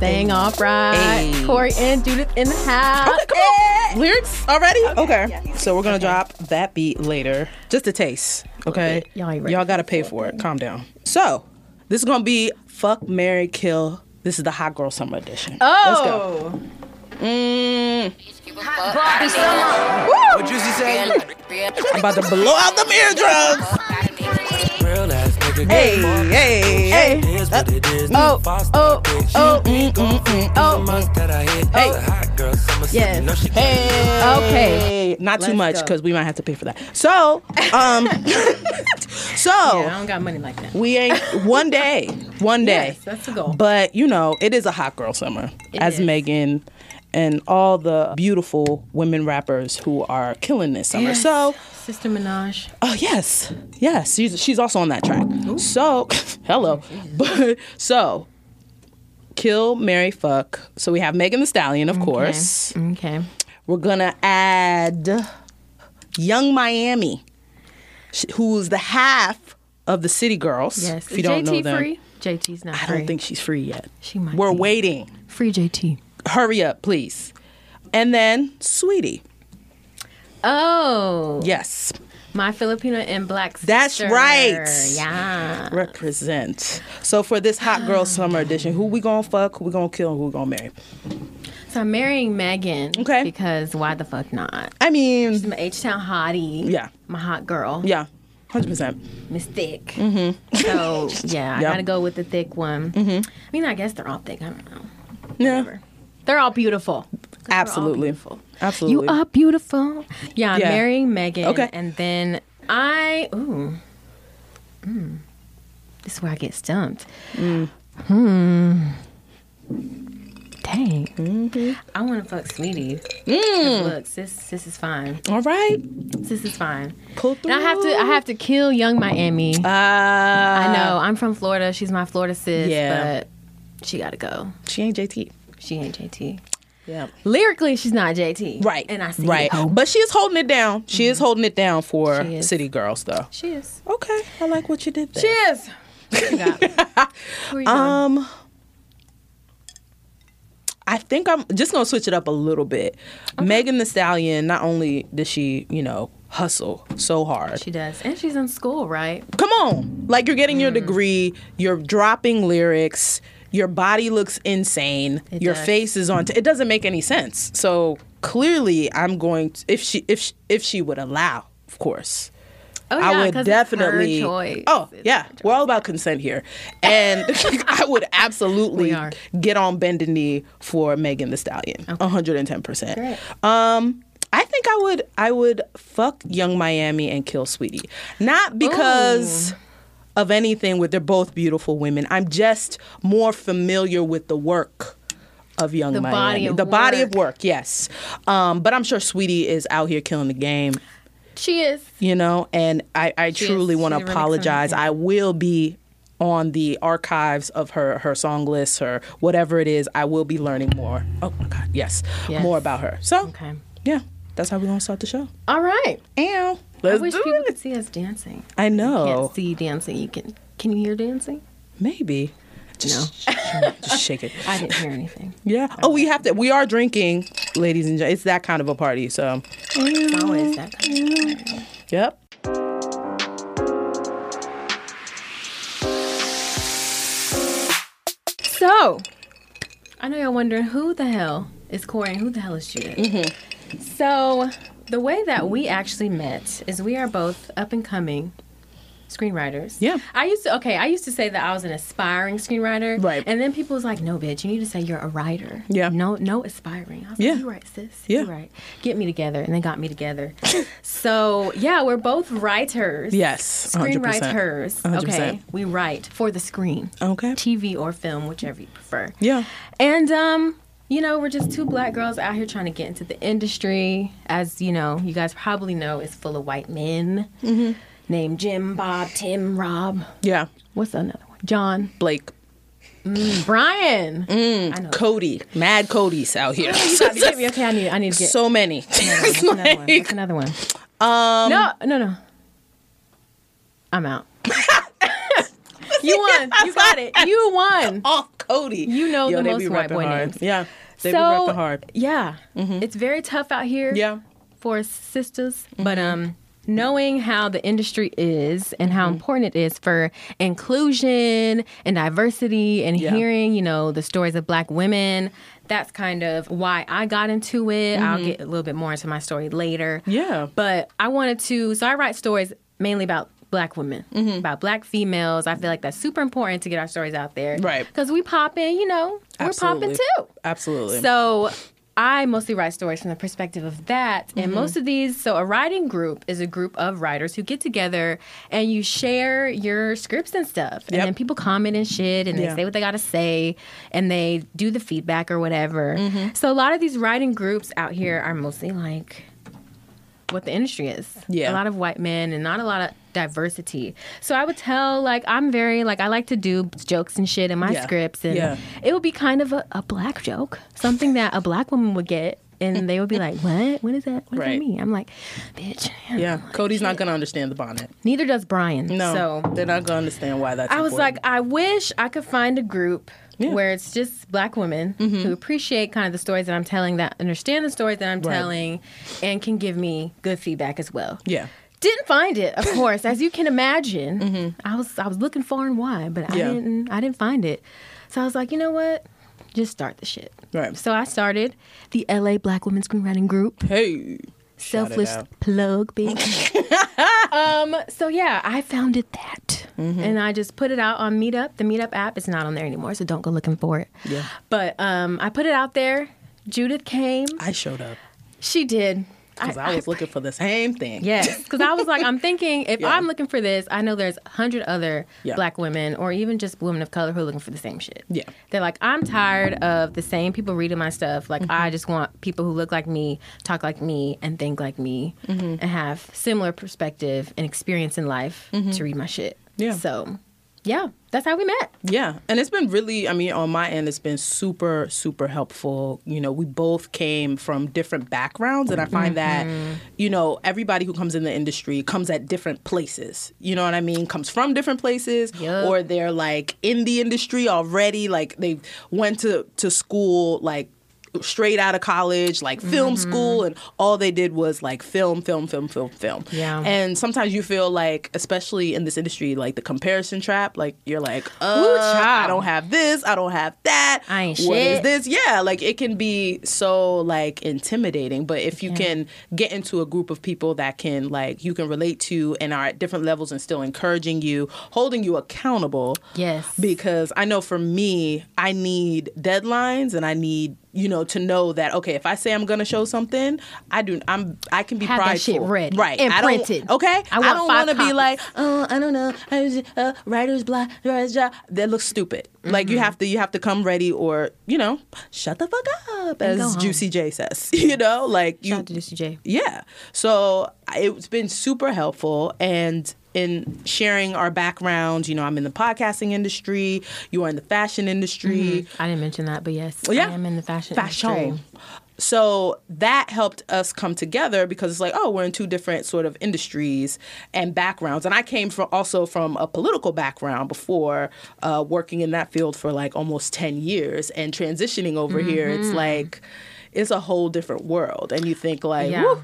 Gang. All right. Hey. Corey and Judith in the house. Okay, come on. Eh. Lyrics already? Okay. So we're gonna drop that beat later. Just a taste. Okay. bit. Y'all ain't ready gotta pay for it. Calm down. So this is gonna be fuck Mary Kill. This is the hot girl summer edition. Let's go. Oh. What Juicy say? I'm about to blow out the eardrums. Real ass nigga. Hey, hey, hey. It is what it is. Oh, Boss oh, that bitch. oh, She ain't gon' quit. oh. The months that I hit. Hey. It's a hot girl summer season. Yes. No, she Okay. Not too Let's much go. because we might have to pay for that. So, um, so Yeah, I don't got money like that. We ain't one day, one day. Yes, that's the goal. But you know, it is a hot girl summer, It as is. Megan and all the beautiful women rappers who are killing this summer. Yes. So, Sister Minaj. oh yes, yes, she's she's also on that track. So, hello, but so. Kill, Mary, fuck. So we have Megan the Stallion, of course. Okay. We're gonna add Young Miami, sh- who's the half of the City Girls. Yes. if you don't JT know them, free? JT's not I free. don't think she's free yet. She might We're be. waiting. Free JT. Hurry up, please. And then, sweetie. Oh. Yes, My Filipino and black sister. That's right. Yeah. represent. So for this hot Oh, girl summer edition, who we gonna fuck? Who we gonna kill? Who we gonna marry? So I'm marrying Megan. Okay. Because why the fuck not? I mean, She's my H Town hottie. Yeah. My hot girl. yeah, hundred percent. Miss Thick. Mm-hmm. So yeah, I Yep. gotta go with the thick one. Mm-hmm. I mean, I guess they're all thick. I don't know. Yeah, They're all beautiful. absolutely, beautiful. absolutely. You uh, are beautiful. Yeah, Yeah. marrying Megan. Okay. And then I ooh. Mm, this is where I get stumped. Mm. Hmm. Dang. Mm-hmm. I wanna fuck sweetie. 'Cause Look, sis this is fine. Mm, All right, Sis is fine. pull And through. I have to I have to kill young Miami. Ah, I know. I'm from Florida. She's my Florida sis, Yeah. but she gotta go. She ain't JT. She ain't JT. Yeah. Lyrically, she's not JT. Right. And I see right. it. Oh. Mm-hmm. But she is holding it down. She is holding it down for She is. City Girls though. She is. Okay. I like what you did there. Cheers. What you got? Who are you going? Um I think I'm just gonna switch it up a little bit. Megan the Stallion, not only does she, you know, hustle so hard. She does. And she's in school, right? Come on. Like you're getting your Mm. degree, you're dropping lyrics, your body looks insane, It your does. face is on t- it doesn't make any sense. So clearly I'm going to, if she if she, if she would allow, of course. Oh, I would 'cause it's definitely. Her choice. Oh yeah, we're all about consent here, and I would We absolutely are. get on bended knee for Megan the Stallion, one hundred and ten percent. Great. Um, I think I would I would fuck Young Miami and kill Sweetie, not because. Of anything with they're both beautiful women. I'm just more familiar with the work of Young The Miami. body of the body of work. work, yes. Um, but I'm sure Sweetie is out here killing the game She is. you know and i, I She is- truly want to she's really apologize talented. i will be on the archives of her her song list her whatever it is i will be learning more oh my god yes, Yes. more about her so Okay. yeah that's how we're gonna start the show All right. and let's I wish do people it Oh. could see us dancing. i Can't know see you dancing. You can. Can you hear dancing? maybe just, no. just shake it I didn't hear anything. yeah oh we have to we are drinking ladies and gentlemen it's that kind of a party so It's always that. kind of- yep So, I know y'all wondering who the hell is Corey and who the hell is Judith. Mm-hmm. So, the way that we actually met is we are both up and coming screenwriters. Yeah. I used to okay, I used to say that I was an aspiring screenwriter. Right. And then people was like, No, bitch, you need to say you're a writer. Yeah. No, no aspiring. I was Yeah. like, You right, sis. Yeah. You right. Get me together. And they got me together. so yeah, we're both writers. yes 100%. Screenwriters. 100%. Okay. We write for the screen. okay TV or film, whichever you prefer. yeah And um, you know, we're just two black girls out here trying to get into the industry. As you know, you guys probably know, it's full of white men Mm-hmm. named Jim, Bob, Tim, Rob. yeah What's another one? John, blake Brian. Mm. I know. cody mad cody's out here You gotta get me. Okay, I need. I need to get. so many. What's another one? What's another one? Um, no, no, no. I'm out. you won. You got it. You won. off Cody. You know the they most be white repping boy hard. names. Yeah, they so, be repping hard. Mm-hmm. Yeah, it's very tough out here. Yeah. Mm-hmm. for sisters, but um, knowing how the industry is and how Mm-hmm. important it is for inclusion and diversity, and Yeah. hearing you know the stories of Black women. That's kind of why I got into it. I'll get a little bit more into my story later. Mm-hmm. Yeah. But I wanted to, so I write stories mainly about black women, Mm-hmm. about black females. I feel like that's super important to get our stories out there. Right. Because we pop in, you know, we're popping Absolutely. too. Absolutely. So I mostly write stories from the perspective of that. And Mm-hmm. most of these, so a writing group is a group of writers who get together and you share your scripts and stuff. And Yep. then people comment and shit and Yeah. they say what they got to say and they do the feedback or whatever. Mm-hmm. So a lot of these writing groups out here are mostly like what the industry is. A Yeah. lot of white men and not a lot of diversity. So I would tell like I'm very like I like to do jokes and shit in my Yeah. scripts and Yeah. it would be kind of a, a black joke. Something that a black woman would get and they would be like, What? What is that? What does that Right. mean? I'm like, bitch. yeah, Like, Cody's not shit. gonna understand the bonnet. Neither does Brian. No, So they're not gonna understand why that's. I was like, important. I wish I could find a group Yeah. Mm-hmm. where it's just black women who appreciate kind of the stories that I'm telling, that understand the stories that I'm Right. telling, and can give me good feedback as well. yeah, Didn't find it, of course, as you can imagine. I was I was looking far and wide, but I Mm-hmm. Yeah. didn't I didn't find it. So I was like, you know what? Just start the shit. Right. So I started the LA Black Women Screenwriting Group hey, Shout it selfless out. plug, bitch. um, so yeah, I founded that, Mm-hmm. and I just put it out on Meetup. The Meetup app is not on there anymore, so don't go looking for it. Yeah. But um, I put it out there. Judith came. I showed up She did. because I, was looking for the same thing. Yes, because I was like, I'm thinking if Yeah. I'm looking for this, I know there's a hundred other Yeah. black women or even just women of color who are looking for the same shit. Yeah. They're like, I'm tired of the same people reading my stuff. Like, Mm-hmm. I just want people who look like me, talk like me, and think like me, Mm-hmm. and have similar perspective and experience in life to read my shit. Mm-hmm. Yeah. So, yeah, that's how we met. Yeah, and it's been really, I mean, on my end, it's been super, super helpful. You know, we both came from different backgrounds, and I Mm-hmm. find that, you know, everybody who comes in the industry comes at different places. You know what I mean? Comes from different places, Yup. or they're like in the industry already, like they went to, to school, like, straight out of college like film Mm-hmm. school and all they did was like film film film film film Yeah. and sometimes you feel like especially in this industry like the comparison trap like you're like uh Ooh, I child. don't have this. I don't have that. Um, I ain't What is shit. this? Yeah, like it can be so like intimidating. But if you can get into a group of people that can like you can relate to and are at different levels and still encouraging you, holding you accountable. Yes. Because I know for me, I need deadlines and I need you know to know that okay, if I say I'm gonna show something, I do. I'm I can be Have that prideful. shit ready right? and I don't- printed. Okay, I want don't five wanna be copies. like oh, I don't know, I was uh, writer's block, writer's job. That looks stupid. Like Mm-hmm. you have to, you have to come ready, or you know, shut the fuck up, go as home. Juicy J says. You know, like Shout you, out to Juicy J. yeah. So I- it's been super helpful and in sharing our backgrounds. You know, I'm in the podcasting industry. You are in the fashion industry. I didn't mention that, but yes, Oh, yeah. I am in the fashion Fashion. industry. So that helped us come together because it's like, oh, we're in two different sort of industries and backgrounds. And I came from also from a political background before uh, working in that field for like almost 10 years and transitioning over here. It's Mm-hmm. like, it's a whole different world. And you think like, Yeah. woo,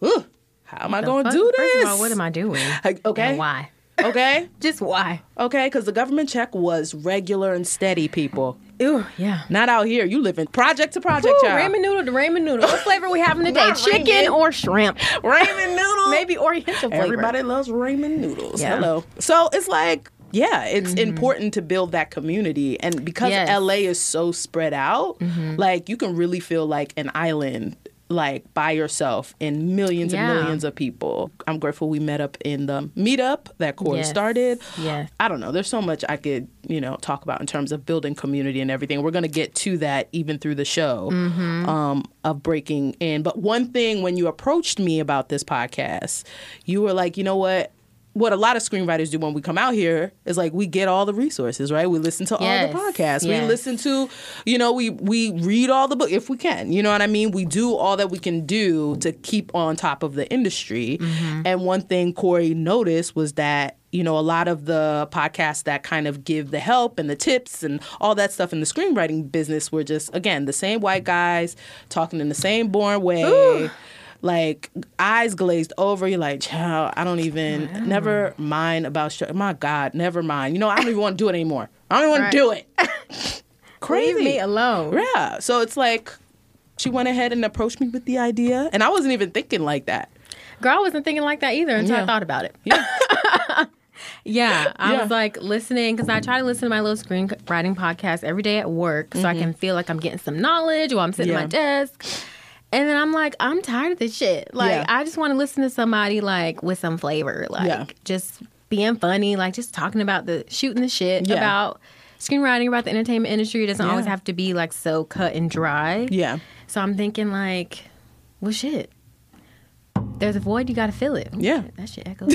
woo, how am I The going to fuck- do this? First of all, what am I doing? Like, okay. And why? okay. Just why? Okay. Because the government check was regular and steady, people. Ooh, yeah. Not out here. You living project to project, Ooh, y'all. ramen noodle to ramen noodle. What flavor we having today? Not Chicken ramen. or shrimp? ramen noodles. Maybe Oriental flavor. Everybody loves ramen noodles. Yeah. Mm-hmm. Hello. So it's like, yeah, it's important to build that community. And because Yes. Mm-hmm. LA is so spread out, like you can really feel like an island. Like by yourself and millions Yeah. and millions of people. I'm grateful we met up in the meetup that Corey Yes. started. Yes. I don't know. There's so much I could, you know, talk about in terms of building community and everything. We're going to get to that even through the show Mm-hmm. um, of breaking in. But one thing when you approached me about this podcast, you were like, you know what? what a lot of screenwriters do when we come out here is like we get all the resources, right? We listen to Yes, all the podcasts. We yes. listen to, you know, we we read all the book if we can. You know what I mean? We do all that we can do to keep on top of the industry. And one thing Corey noticed was that you know a lot of the podcasts that kind of give the help and the tips and all that stuff in the screenwriting business were just again the same white guys talking in the same boring way like eyes glazed over. You're like, child, I don't even. Never mind about. Sh- my God, never mind. You know, I don't even want to do it anymore. I don't even want Right. to do it. Leave Crazy. me alone. Yeah. So it's like she went ahead and approached me with the idea, and I wasn't even thinking like that. Girl, I wasn't thinking like that either until I Yeah. thought about it. Yeah. Yeah, I Yeah. was like listening because I try to listen to my little screenwriting podcast every day at work so Mm-hmm. I can feel like I'm getting some knowledge while I'm sitting at my desk. And then I'm like, I'm tired of this shit. Like, Yeah. I just want to listen to somebody like with some flavor, like Yeah. just being funny, like just talking about the shooting the shit Yeah. about screenwriting, about the entertainment industry. It doesn't always Yeah. have to be like so cut and dry. Yeah. So I'm thinking like, well, shit. There's a void, you gotta fill it. Oh, Yeah. shit, that shit echoes.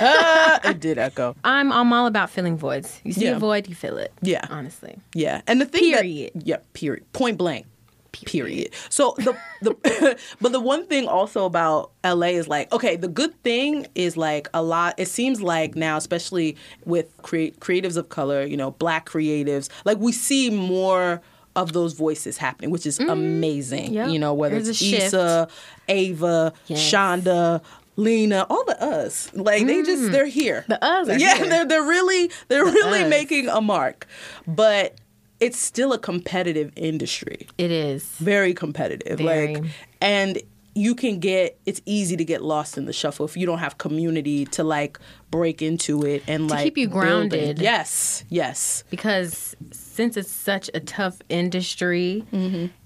Uh, it did echo. I'm I'm all about filling voids. You see Yeah. a void, you fill it. Yeah. Honestly. Yeah, and the thing that- Period. yeah, period. Point blank. Period. So the the but the one thing also about LA is like okay, the good thing is like a lot. It seems like now, especially with create creatives of color, you know, black creatives, like we see more of those voices happening, which is amazing. Mm-hmm. Yep. You know, whether There's it's a shift. Issa, Ava, Yes. Shonda. Lena, all the us, like they just they're here. Mm. The us are yeah, here. they're they're really they're really us. making a mark, but it's still a competitive industry. It is. Very competitive. Very. Like and you can get it's easy to get lost in the shuffle if you don't have community to like break into it and like keep you build it. grounded. Yes. Yes. Because since it's such a tough industry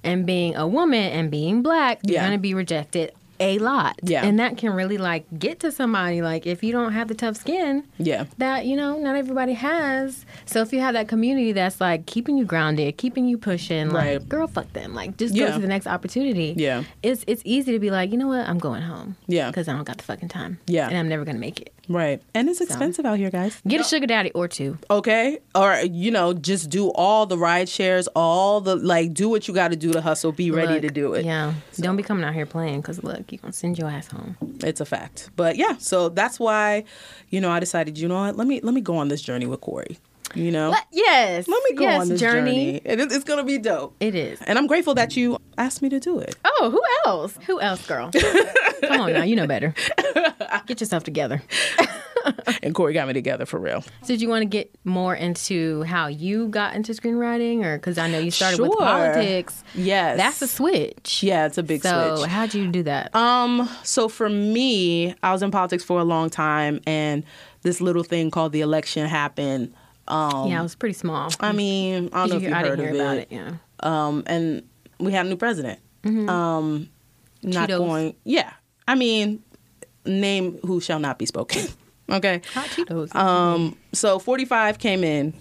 and being a woman and being black, you're Mm-hmm. Yeah. gonna be rejected a lot. Yeah. And that can really like get to somebody. Like if you don't have the tough skin Yeah. that, you know, not everybody has. So if you have that community that's like keeping you grounded, keeping you pushing, like Right. girl, fuck them. Like just go Yeah. to the next opportunity. Yeah. It's it's easy to be like, you know what, I'm going home. Yeah. Because I don't got the fucking time. Yeah. And I'm never gonna make it. Right. And it's expensive out here, guys. Get a sugar daddy or two. Okay? Or you know, just do all the ride shares, all the like do what you got to do to hustle, be ready Look, to do it. Yeah. Don't be coming out here playing because, look, you're going to send your ass home. it's a fact but yeah so that's why you know i decided you know what let me let me go on this journey with corey you know But yes. let me go yes, on this journey, and it, it's gonna be dope It is. and i'm grateful that you asked me to do it Oh, who else? Who else, girl? Come on now. You know better. Get yourself together. and corey got me together for real Did you want to get more into how you got into screenwriting? Or because I know you started with Sure. politics. yes That's a switch. yeah it's a big so, switch how'd you do that? Um, so for me, I was in politics for a long time and this little thing called the election happened. Um yeah, it was pretty small. I mean, I don't know if you I heard didn't Mm. hear of about it. it. Yeah. um, and we had a new president. Um, not Cheetos. going. Yeah, I mean, name who shall not be spoken. okay. Hot Cheetos. Um, so forty five came in,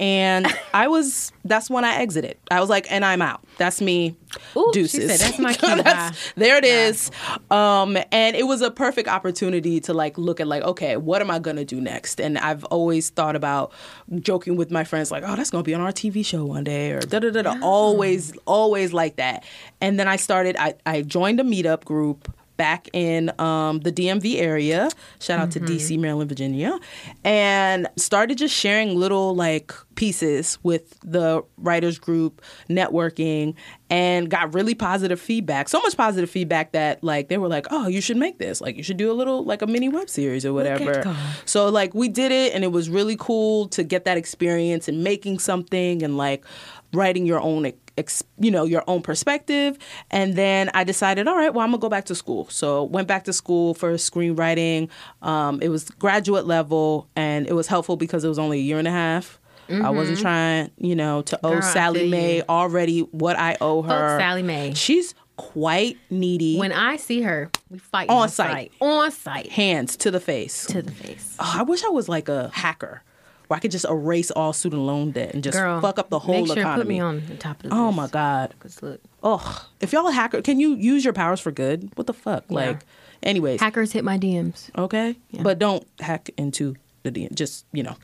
and I was. That's when I exited. I was like, and I'm out. That's me. Ooh, she Deuces. said, "That's my cue, bye." there it is. Um, and it was a perfect opportunity to like look at like, okay, what am I gonna do next? And I've always thought about joking with my friends like, oh, that's gonna be on our TV show one day, or da da da da. Always, always like that. And then I started. I I joined a meetup group back in um, the DMV area. Shout out to Mm-hmm. DC, Maryland, Virginia, and started just sharing little like pieces with the writers group, networking, and got really positive feedback. So much positive feedback that like they were like, "Oh, you should make this. Like you should do a little like a mini web series or whatever." God. So like we did it and it was really cool to get that experience and making something and like writing your own ex- you know your own perspective and then i decided all right well i'm gonna go back to school so went back to school for screenwriting um, it was graduate level and it was helpful because it was only a year and a half i wasn't trying you know to owe Mm-hmm. Girl, I sally feel mae you. already what i owe her Sally Mae. she's quite needy when I see her, we fight On the site. On site. hands to the face To the face. Oh, I wish I was like a hacker. where I could just erase all student loan debt and just Girl, fuck up the whole make sure economy. Put me on the top of the oh list. my god. Cause look, Ugh. If y'all a hacker, can you use your powers for good? What the fuck? Like, anyways. hackers hit my DMs. okay, but don't hack into the DM. Just you know,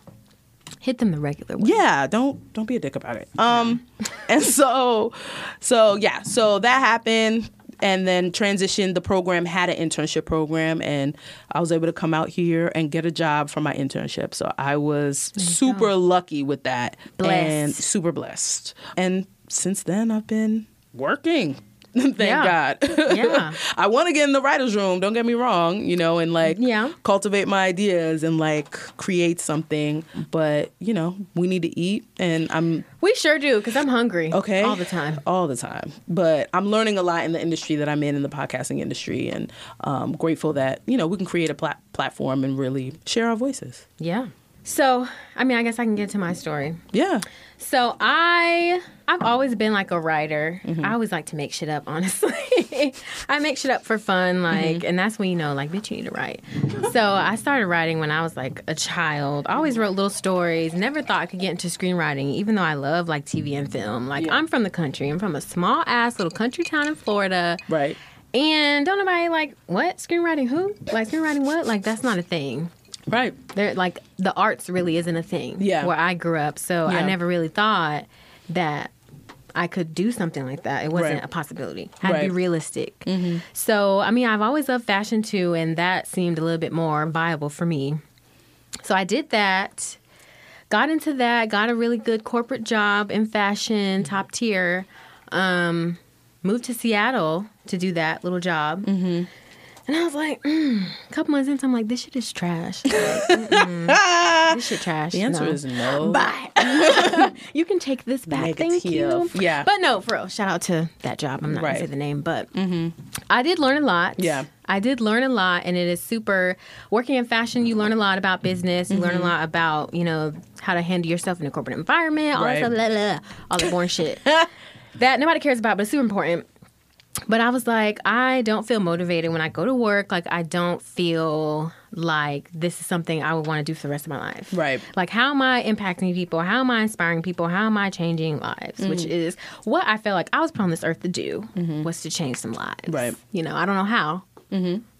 Hit them the regular way. yeah don't don't be a dick about it um and so so yeah so that happened and then transitioned the program had an internship program and i was able to come out here and get a job from my internship so i was super lucky with that and Blessed. super blessed and since then i've been working thank Yeah. god Yeah. i want to get in the writers room don't get me wrong you know and like Yeah. cultivate my ideas and like create something. But you know, we need to eat, and I'm We sure do, because I'm hungry. okay All the time. all the time. But I'm learning a lot in the industry that I'm in, in the podcasting industry, and um, grateful that you know we can create a plat- platform and really share our voices. Yeah. So, I mean, I guess I can get to my story. Yeah, So I I've always been like a writer. I always like to make shit up, honestly. I make shit up for fun, like and that's when you know, like, bitch, you need to write. so I started writing when I was like a child. I always wrote little stories, never thought I could get into screenwriting, even though I love like TV and film. Like I'm from the country. I'm from a small ass little country town in Florida. right. And don't nobody like what? Screenwriting who? Like screenwriting what? Like that's not a thing Right. there like the arts really isn't a thing Yeah. where I grew up. So I Yeah. never really thought that I could do something like that. It wasn't Right. a possibility. Had to Right. be realistic. So I mean, I've always loved fashion too, and that seemed a little bit more viable for me. So I did that. Got into that. Got a really good corporate job in fashion, top tier. Um, moved to Seattle to do that little job. Mm-hmm. And I was like, mm. a couple months into, I'm like, this shit is trash. Ah, This shit trash. the answer no. is no. bye. you can take this back. Thank you. Negative. Yeah. But no, for real. Shout out to that job. I'm not Right. Mm-hmm. gonna say the name, but I did learn a lot. Yeah. I did learn a lot, and it is super. Working in fashion, you learn a lot about business. You Mm-hmm. learn a lot about you know how to handle yourself in a corporate environment. All Right. that stuff, blah, blah, all the boring shit that nobody cares about, but it's super important. But I was like, I don't feel motivated when I go to work. Like, I don't feel like this is something I would want to do for the rest of my life. Right. Like, how am I impacting people? How am I inspiring people? How am I changing lives? Mm-hmm. Which is what I felt like I was put on this earth to do was to change some lives. Right. Mm-hmm. You know, I don't know how,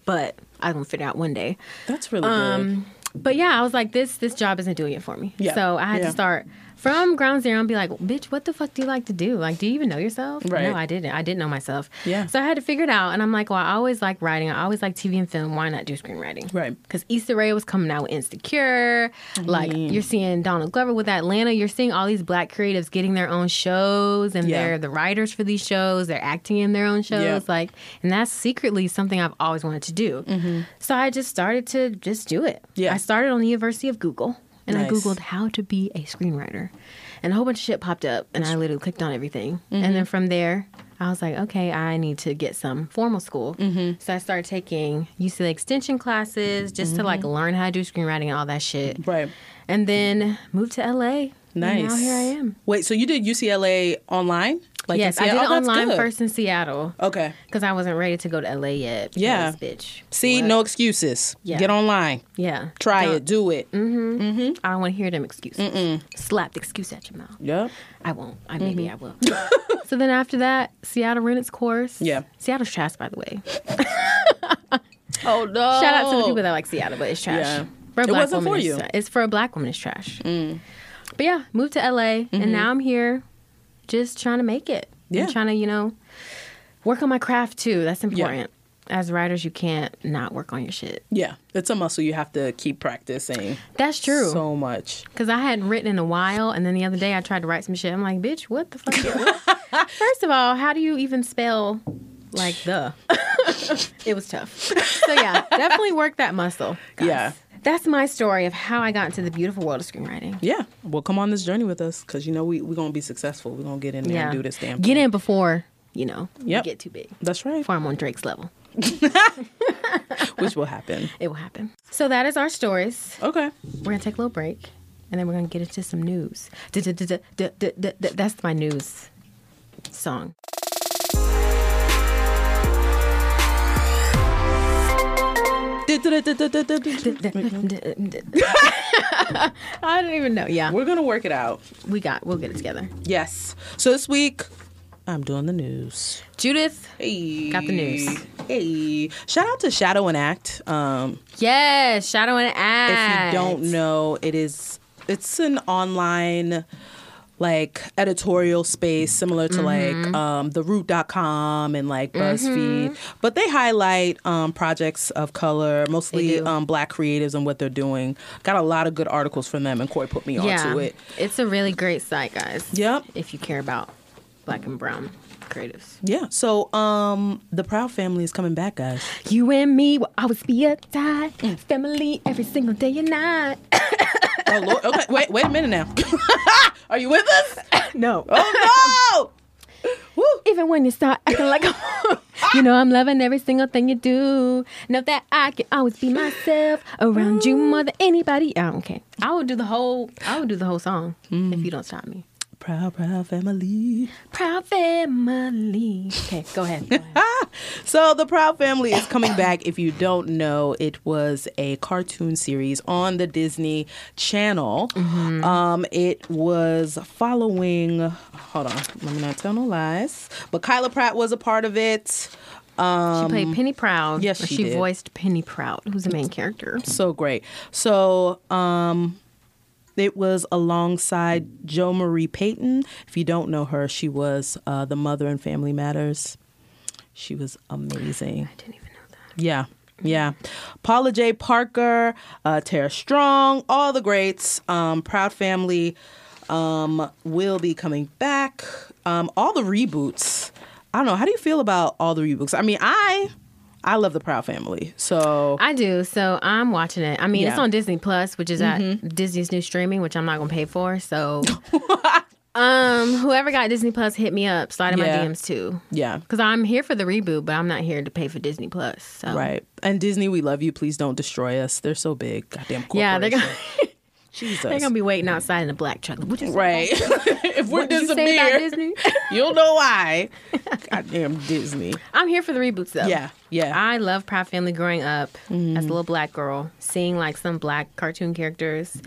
but I'm gonna figure it out one day. That's really good. Um, but yeah, I was like, this this job isn't doing it for me. Yeah. So I had Yeah. to start from ground zero and be like, bitch, what the fuck do you like to do? Like, do you even know yourself? Right. No, I didn't. I didn't know myself. Yeah. So I had to figure it out. And I'm like, well, I always like writing. I always like TV and film. Why not do screenwriting? Right. Because Issa Rae was coming out with Insecure. Like, you're seeing Donald Glover with Atlanta. You're seeing all these black creatives getting their own shows and Yeah. they're the writers for these shows. They're acting in their own shows. Yeah. Like, and that's secretly something I've always wanted to do. So I just started to just do it. Mm-hmm. Yeah. I started on the University of Google and I Nice. Googled how to be a screenwriter. And a whole bunch of shit popped up and I literally clicked on everything. Mm-hmm. And then from there, I was like, okay, I need to get some formal school. Mm-hmm. So I started taking UCLA extension classes just to like learn how to do screenwriting and all that shit. Mm-hmm. Right. And then moved to LA. Nice. And now here I am. Wait, so you did UCLA online? Like yes, I in did it Seattle? Oh, that's online good. first in Seattle Okay. because I wasn't ready to go to LA yet. Yeah. because, bitch. See, what? no excuses. Yeah. Mm-hmm. Get online. Yeah. Try Don't- it. Do it. I don't want to hear them excuses. Slap the excuse at your mouth. Yep. I won't. I maybe I will. Mm-hmm. so then after that, Seattle ran its course. Yeah. Seattle's trash, by the way. Oh no! Shout out to the people that like Seattle, but it's trash. Yeah. For a It black wasn't woman, for it's you. Mm. tra- It's for a black woman. It's trash. But yeah, moved to LA, and now I'm here, just trying to make it. I'm Mm-hmm. Yeah. trying to you know work on my craft too. That's important. As writers, you can't not work on your shit. Yeah, it's a muscle you have to keep practicing. That's true. So much. Because I hadn't written in a while, and then the other day I tried to write some shit. I'm like, bitch, what the fuck? What? First of all, how do you even spell like the? it was tough. So yeah, definitely work that muscle. guys. Yeah. That's my story of how I got into the beautiful world of screenwriting. Yeah. Well, come on this journey with us because you know we we're gonna be successful. We're gonna get in there Yeah. and do this damn. Get thing. in before, you know, you Yep. get too big. That's right. Before I'm on Drake's level. Which will happen. It will happen. So that is our stories. Okay. We're going to take a little break, and then we're going to get into some news. Du-du-du-du-du-du-du-du. That's my news song. Mm-hmm. I don't even know. Yeah, We're gonna work it out. we got. We'll get it together. Yes. So this week, I'm doing the news. Judith. Hey. Got the news. Hey. Shout out to Shadow and Act. Um, Yes, Shadow and if you Act. don't know, it is it's an online like editorial space similar to Mm-hmm. like um the root.com and like BuzzFeed. But they highlight um projects of color, mostly do. um black creatives and what they're doing. Got a lot of good articles from them and Corey put me yeah, onto it. it's a really great site, guys. Yep. If you care about black and brown creatives, Yeah. So um the Proud family is coming back, guys. you and me will always be a tie. Family every single day and night. Oh Lord. Okay, wait, wait a minute now. Are you with us? no. Oh no. Woo. Even when you start acting like a you know I'm loving every single thing you do. Know that I can always be myself around you more than anybody. Oh, okay. Mm. I would do the whole I would do the whole song if Mm. you don't stop me. Proud, proud family. Proud family. Okay, go ahead. Go ahead. So the Proud Family is coming back. If you don't know, it was a cartoon series on the Disney Channel. Um, it was following. Hold on, let me not tell no lies. But Kyla Pratt was a part of it. she played Penny Proud. Um, yes, or she she, did. voiced Penny Proud, who's the main character. So great. So um, it was alongside Jo Marie Payton. If you don't know her, she was uh, the mother in Family Matters. She was amazing. I didn't even know that. Yeah. Yeah. Paula J. Parker, uh, Tara Strong, all the greats. Um, Proud Family um, will be coming back. Um, all the reboots. I don't know. How do you feel about all the reboots? I mean, I I love the Proud Family. So I do. So I'm watching it. I mean, it's Yeah. Mm-hmm. on Disney Plus, which is at Disney's new streaming, which I'm not gonna pay for. So, um, whoever got Disney Plus, hit me up. Slide in Yeah. my DMs too. yeah. Because I'm here for the reboot, but I'm not here to pay for Disney Plus. So. Right. And Disney, we love you. Please don't destroy us. They're so big. Goddamn corporation. Yeah, they're gonna Jesus. they're gonna be waiting outside in a black truck. What you say? right. if we're What did you say about disappeared, Disney? you'll know why. Goddamn Disney. I'm here for the reboots though. Yeah. Yeah. Mm-hmm. I love Proud Family growing up as a little black girl, seeing like some black cartoon characters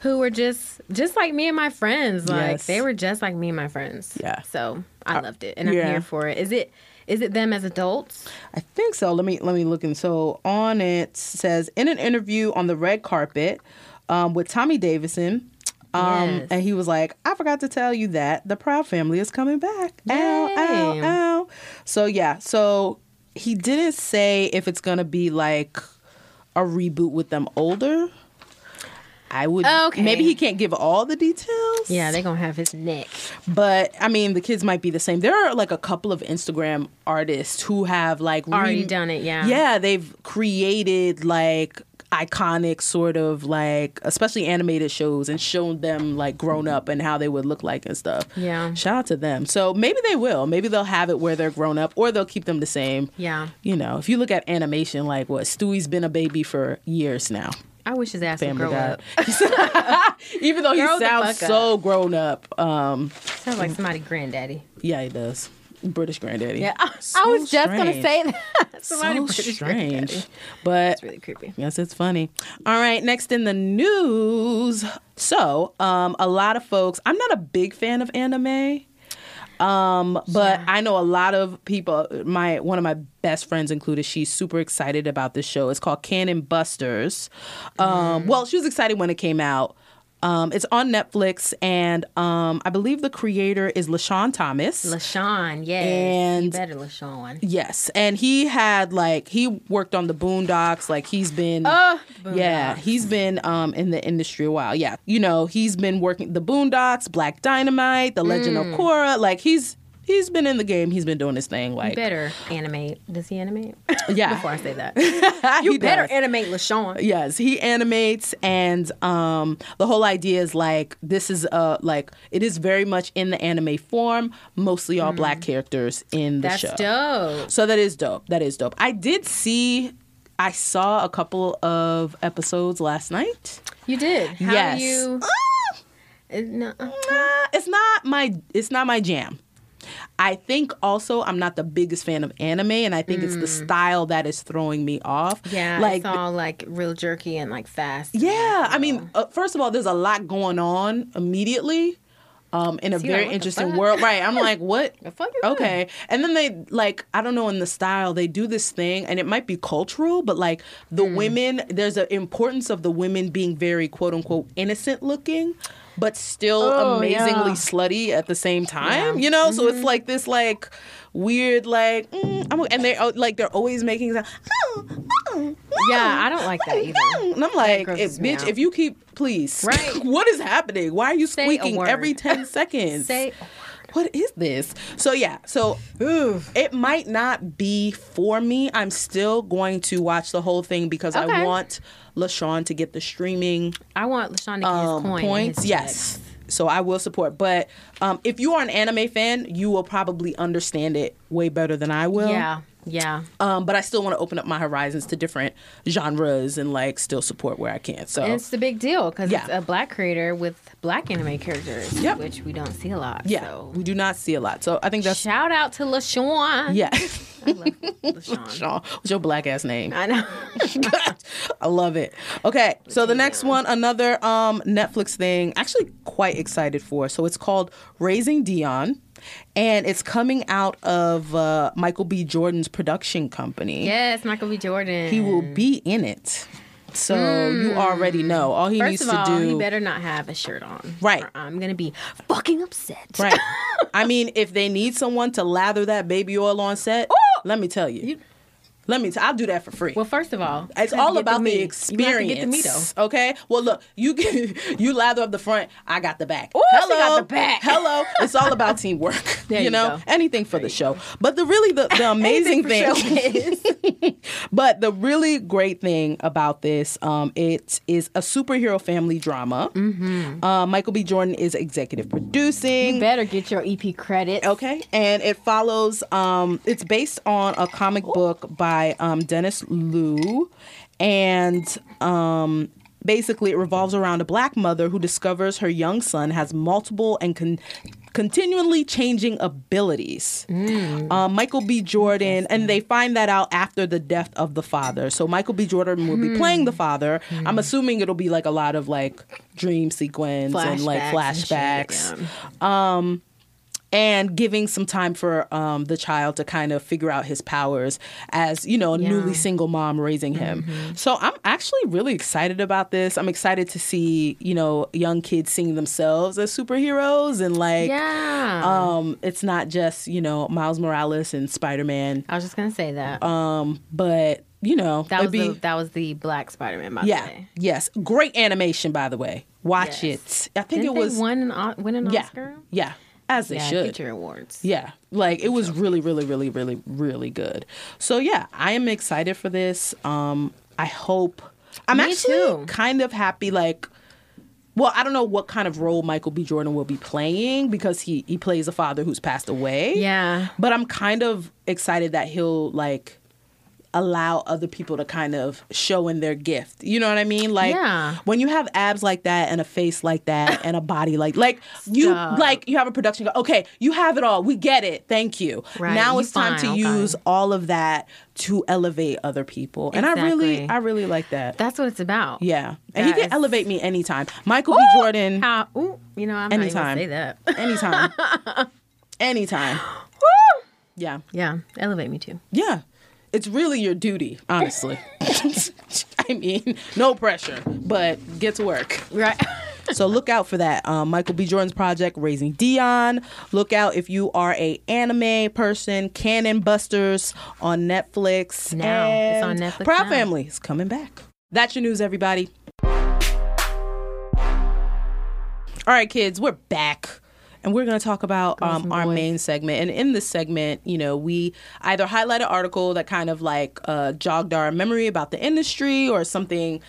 who were just just like me and my friends. Like Mm-hmm. Yes. they were just like me and my friends. Yeah. Uh, So I loved it, and I'm yeah. here for it. Is it is it them as adults? I think so. Let me let me look. And so on it says in an interview on the red carpet um, with Tommy Davidson, um, Yes. and he was like, "I forgot to tell you that the Proud Family is coming back." Ow, ow, Yay. ow. So yeah, so he didn't say if it's gonna be like a reboot with them older. I would. Okay. Maybe he can't give all the details. Yeah, they're gonna have his neck. But I mean, the kids might be the same. There are like a couple of Instagram artists who have like Already done it, yeah. yeah, they've created like iconic sort of like especially animated shows and shown them like grown up and how they would look like and stuff. Yeah. Shout out to them. So maybe they will. Maybe they'll have it where they're grown up or they'll keep them the same. Yeah. You know, if you look at animation like what Stewie's been a baby for years now. I wish his ass Family would grow Guy. up. Even though he Grow the sounds fuck so grown up. Um Sounds like somebody granddaddy. yeah, he does. British granddaddy. Yeah, I, So I was just gonna strange. say that. Somebody so British strange. granddaddy. But It's really creepy. Yes, it's funny. All right, next in the news. So, um, a lot of folks, I'm not a big fan of anime. Um, but I know a lot of people. My one of my best friends included. She's super excited about this show. It's called Cannon Busters. Um, Well, she was excited when it came out. Um, it's on Netflix, and um, I believe the creator is Lashawn Thomas. Lashawn, yes, you And- better Lashawn. Yes, and he had like he worked on the Boondocks. Like he's been, Uh, yeah, he's been um in the industry a while. Yeah, you know he's been working the Boondocks, Black Dynamite, The Legend Mm. of Korra. Like he's he's been in the game. He's been doing his thing. Like Better animate. Does he animate? Yeah. Before I say that, you better animate Lashawn. Yes, he animates, and um, the whole idea is like this is uh like it is very much in the anime form, mostly all black characters in the Mm. That's show. dope. So that is dope. That is dope. I did see. I saw a couple of episodes last night. You did. How yes. do you? Ah, Uh, No, uh, nah, it's not my. It's not my jam. I think also I'm not the biggest fan of anime, and I think it's the style that is throwing me off. Hmm. Yeah, like it's all like real jerky and like fast. yeah. I mean, uh, first of all, there's a lot going on immediately. Um, in a you're very like, what the interesting fuck? world, right? I'm like, what? The fuck is okay, and then they like, I don't know, in the style they do this thing, and it might be cultural, but like the Hmm. women, there's an importance of the women being very quote unquote innocent looking, but still Oh, amazingly yeah. Mm-hmm. slutty at the same time, you know. So it's like this like weird like, mm, I'm, and they are like they're always making sound. oh, Yeah, I don't like that either. And I'm like, if, grosses me bitch, out. if you keep, please. Right. what is happening? Why are you Say a squeaking word. every 10 seconds? Say- what is this? So, yeah. So, it might not be for me. I'm still going to watch the whole thing because I Okay. want LaShawn to get the streaming I want LaShawn to get um, his coin. and points. his Yes. So I will support, but um, if you are an anime fan, you will probably understand it way better than I will. check. Yeah. Yeah. Um, but I still want to open up my horizons to different genres and like still support where I can. So And it's the big deal because it's Yeah. a black creator with black anime characters, Yep. which we don't see a lot. yeah, So. we do not see a lot. So I think that's Shout out to LaShawn. yeah. I love LaShawn. Sean, what's your black ass name? I know. I love it. Okay, so the next one, another um, Netflix thing, actually quite excited for. So it's called Raising Dion, and it's coming out of uh, Michael B. Jordan's production company. yes, Michael B. Jordan. He will be in it. So you already know. All he Hmm. First needs of all, to do. he better not have a shirt on. Right. or I'm gonna be fucking upset. Right. I mean, if they need someone to lather that baby oil on set, Oh! let me tell you. Let me. T- I'll do that for free. Well, first of all, it's you have to all get about meat. the You have experience. to get the meat, though. Okay. Well, look, you can, you lather up the front. I got the back. Ooh, she got the back. Hello. It's all about teamwork. There you know, go. anything for the show. But the really the, the amazing Anything thing. for showbiz. But the really great thing about this, um, it is a superhero family drama. Uh, Michael B. Jordan is executive producing. Mm-hmm. you better get your E EP credit. Okay, and it follows. Um, it's based on a comic book by um, Dennis Liu, and um, basically it revolves around a black mother who discovers her young son has multiple and con- continually changing abilities. Um, Michael B. Jordan, and they find that out after the death of the father. So Michael B. Jordan will be playing the father. I'm assuming it'll be like a lot of like dream sequence and like Flashbacks and flashbacks shit, yeah. and giving some time for um, the child to kind of figure out his powers as you know a Yeah. Mm-hmm. newly single mom raising him so i'm actually really excited about this i'm excited to see you know young kids seeing themselves as superheroes and like Yeah. um, it's not just you know miles morales and spider-man I was just gonna say that. but you know that was uh, it'd be the, that was the Black Spider Man. By yeah the way. yes great animation by the way watch Yes. it i think Didn't it was they won an o- win an yeah Oscar. yeah as they Yeah, should get your awards. Yeah, like it was really, really, really, really, really good. So yeah, I am excited for this. Um, I hope I'm Me actually too. kind of happy. Like, well, I don't know what kind of role Michael B. Jordan will be playing because he he plays a father who's passed away. Yeah. but I'm kind of excited that he'll like allow other people to kind of show in their gift. You know what I mean? Like Yeah. when you have abs like that and a face like that and a body like like you Stop. like you have a production go, okay, you have it all. We get it. Thank you. Right, Now you it's time to fine, okay. use all of that to elevate other people. And I really Exactly. I really like that. That's what it's about. yeah. And he that can is- elevate me anytime. Michael B. Jordan How? Ooh, you know, I'm Anytime. not even gonna say that. anytime. anytime. Yeah. yeah, elevate me too. Yeah. It's really your duty, honestly. I mean, no pressure, but get to work. Right. So look out for that. Um, Michael B. Jordan's project, Raising Dion. Look out if you are a anime person. Cannon Busters on Netflix. Now. It's And on Netflix Proud now. Family is coming back. That's your news, everybody. All right, kids, we're back. And we're going to talk about um, our main segment. And in this segment, you know, we either highlight an article that kind of like uh, jogged our memory about the industry or something,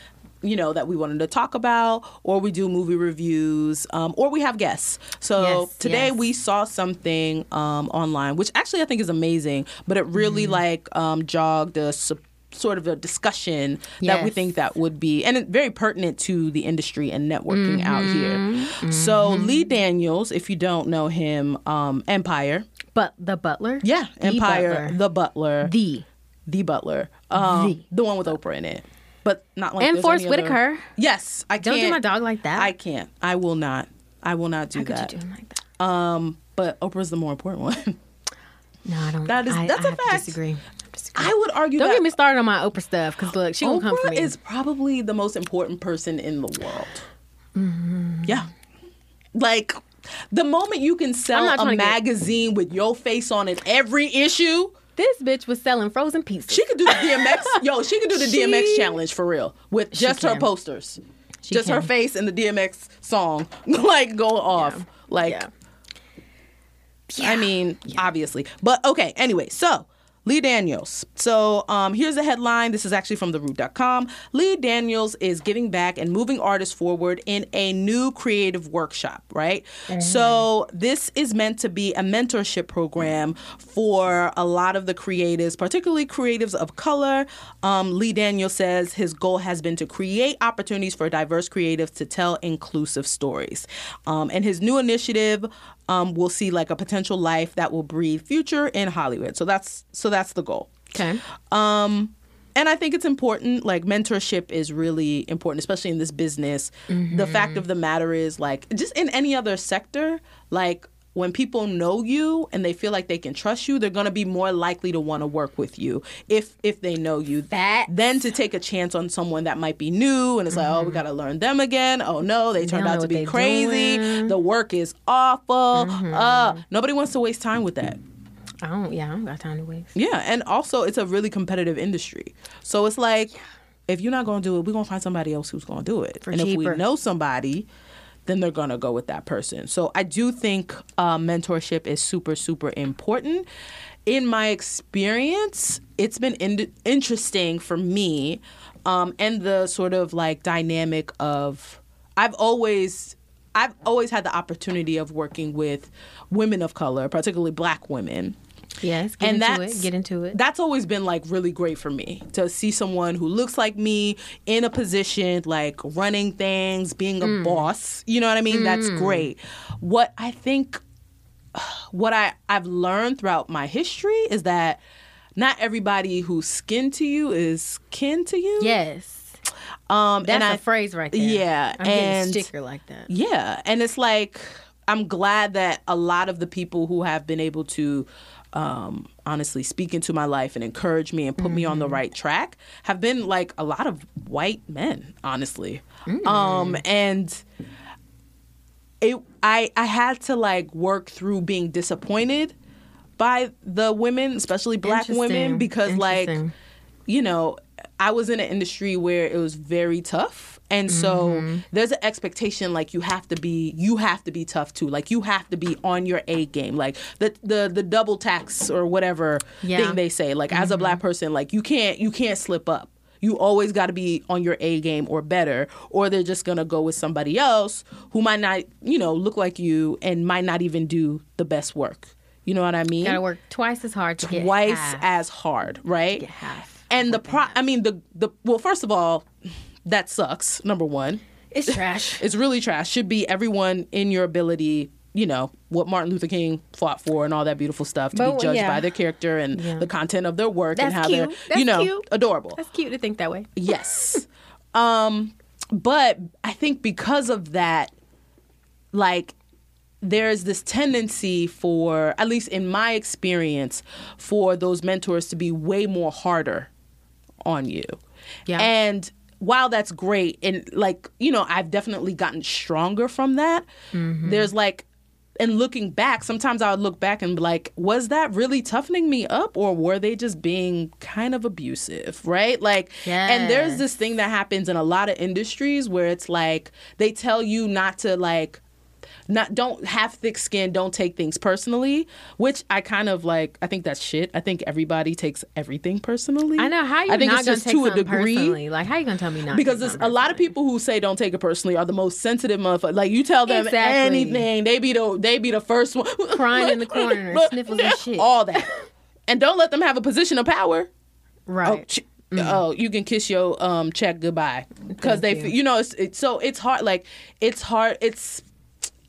you know, that we wanted to talk about, or we do movie reviews, um, or we have guests. So Yes, today yes. we saw something um, online, which actually I think is amazing, but it really Mm-hmm. like um, jogged a s- sort of a discussion that we Yes. think that would be and it's very pertinent to the industry and Mm-hmm. networking out here. So Lee Daniels, if you don't know him, um, Empire, But the Butler. Yeah, The Empire, Butler. The Butler, the, The Butler, um, The. the. one with Oprah in it, but not like And there's Forrest any other- Whitaker. Yes, I Don't can't. do my dog like that. I can't. I will not. I will not do How could that. you do him like that? Um, but Oprah's the more important one. No, I don't. That is- I, that's I a have to fact. disagree. I would argue Don't that get me started on my Oprah stuff, because look, she won't come for Oprah me. is probably the most important person in the world. Yeah, like the moment you can Mm-hmm. I'm sell not trying a to get- magazine with your face on it every issue. This bitch was selling frozen pizzas. She could do the DMX. yo, she could do the She- DMX challenge for real with just her can. posters, just her can. face and the DMX song, like go off, like. Yeah. I mean, obviously. But okay, anyway, so Lee Daniels. So um, here's a headline. This is actually from theroot.com. Lee Daniels is giving back and moving artists forward in a new creative workshop, right? So this is meant to be a mentorship program for a lot of the creatives, particularly creatives of color. Um, Lee Daniels says his goal has been to create opportunities for diverse creatives to tell inclusive stories. Um, and his new initiative um, will see like a potential life that will breathe future in Hollywood. So that's so that's the goal. Okay. Um, and I think it's important. Like mentorship is really important, especially in this business. The fact of the matter is, like, just in any other sector, like when people know you and they feel like they can trust you, they're gonna be more likely to want to work with you if if they know you. That than to take a chance on someone that might be new and it's like, oh, we gotta learn them again. Oh no, they turned don't out know to what be Mm-hmm. they crazy. doing. Mm-hmm. The work is awful. Uh, nobody wants to waste time with that. I don't. Yeah, I don't got time to waste. Yeah, and also it's a really competitive industry. So it's like if you're not going to do it, we're going to find somebody else who's going to do it. For and if cheaper. we know somebody, then they're going to go with that person. So I do think uh, mentorship is super super important. In my experience, it's been in- interesting for me um, and the sort of like dynamic of I've always I've always had the opportunity of working with women of color, particularly black women Yes, get and into that's it. Get into it. That's always been like really great for me to see someone who looks like me in a position like running things, being a Mm. boss. You know what I mean? That's great. What I think what I, I've learned throughout my history is that not everybody who's kin to you is kin to you. yes, Um that's and a I- phrase right there. Yeah, I'm getting a and- sticker like that. yeah, and it's like I'm glad that a lot of the people who have been able to um, honestly speak into my life and encourage me and put me Mm-hmm. on the right track have been like a lot of white men, honestly. Mm. Um, and it, I, I had to like work through being disappointed by the women, especially black Interesting. women, because like Interesting. you know, I was in an industry where it was very tough. And so Mm-hmm. there's an expectation like you have to be you have to be tough too. Like you have to be on your A game. Like the the the double tax or whatever Yeah. Mm-hmm. thing they say. Like as a black person, like you can't you can't slip up. You always got to be on your A game or better or they're just going to go with somebody else who might not, you know, look like you and might not even do the best work. You know what I mean? Gotta work twice as hard to get twice half. as hard, right? half. And the pro I mean the the well first of all that sucks number 1. It's trash. It's really trash. Should be everyone in your ability, you know, what Martin Luther King fought for and all that beautiful stuff to But, be judged yeah. by their character and the content of their work That's and how cute. they're That's you know, cute. adorable. That's cute to think that way. Yes. um, but I think because of that, like, there's this tendency for, at least in my experience, for those mentors to be way more harder on you. Yeah. And while that's great, and like, you know, I've definitely gotten stronger from that, there's like, and looking back, sometimes I would look back and be like, was that really toughening me up or were they just being kind of abusive? Right? Like, and there's Yes. this thing that happens in a lot of industries where it's like they tell you not to like not don't have thick skin, don't take things personally, which I kind of like I think that's shit. I think everybody takes everything personally. I know how you I think not it's gonna just take to a something degree personally. Like how you gonna tell me not? to because take there's something a lot of personally? people who say don't take it personally are the most sensitive motherfuckers. Like you tell them Exactly. anything, they be the they be the first one Crying in the corner, sniffles and shit. all that, and don't let them have a position of power. right? Mm. Oh, ch- oh, you can kiss your um check goodbye because they, Thank f- you. you know, it's, it's so it's hard. Like it's hard. It's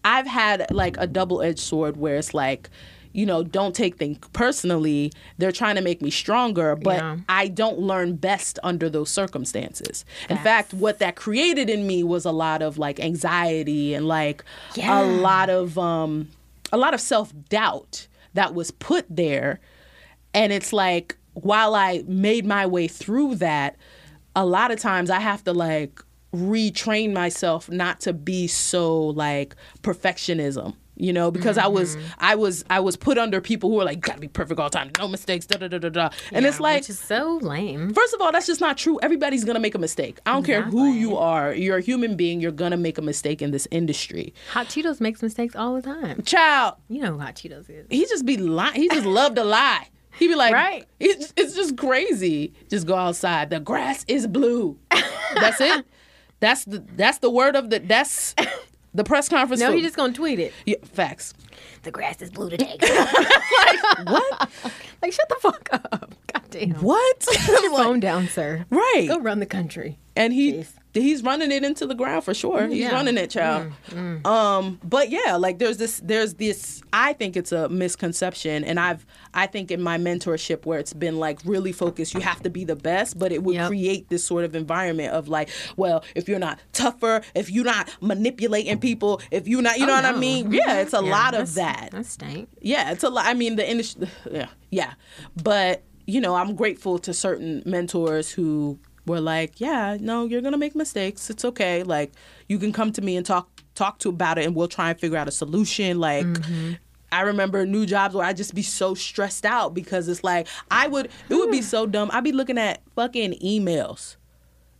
I've had like a double edged sword where it's like you know, don't take things personally. They're trying to make me stronger, but Yeah. I don't learn best under those circumstances. In fact, what that created in me was a lot of like anxiety and like Yeah. a lot of um a lot of self-doubt that was put there. And it's like while I made my way through that, a lot of times I have to like retrain myself not to be so like perfectionism you know because i was Mm-hmm. i was i was put under people who are like gotta be perfect all the time no mistakes da da da da da and it's Yeah, like which is so lame. First of all, that's just not true. Everybody's gonna make a mistake. I don't care who you are. You're a human being. You're gonna make a mistake in this industry. Hot Cheetos makes mistakes all the time. Child, You know who Hot Cheetos is. he just be lying. He just loved to lie. He be like, Right. It's, it's just crazy. Just go outside. The grass is blue. That's it. That's the that's the word of the that's the press conference. No, for- he just gonna tweet it. Yeah, facts. The grass is blue today. like shut the fuck up. God damn. What? Put your phone down, sir. right. Go run the country. and he he's running it into the ground for sure. He's Mm, yeah. Mm, running it, child. Um, but yeah, like there's this there's this I think it's a misconception and I've I think in my mentorship where it's been like really focused, you have to be the best, but it would Yep. create this sort of environment of like, well, if you're not tougher, if you're not manipulating people, if you're not you know what I Oh, no. Mm-hmm. mean? Yeah, it's a lot of that's- that. That stank. Yeah, it's a lot. I mean, the industry. Yeah, yeah. But you know, I'm grateful to certain mentors who were like, "Yeah, no, you're gonna make mistakes. It's okay. Like, you can come to me and talk talk to about it, and we'll try and figure out a solution." Like. I remember new jobs where I'd just be so stressed out because it's like I would it would be so dumb. I'd be looking at fucking emails.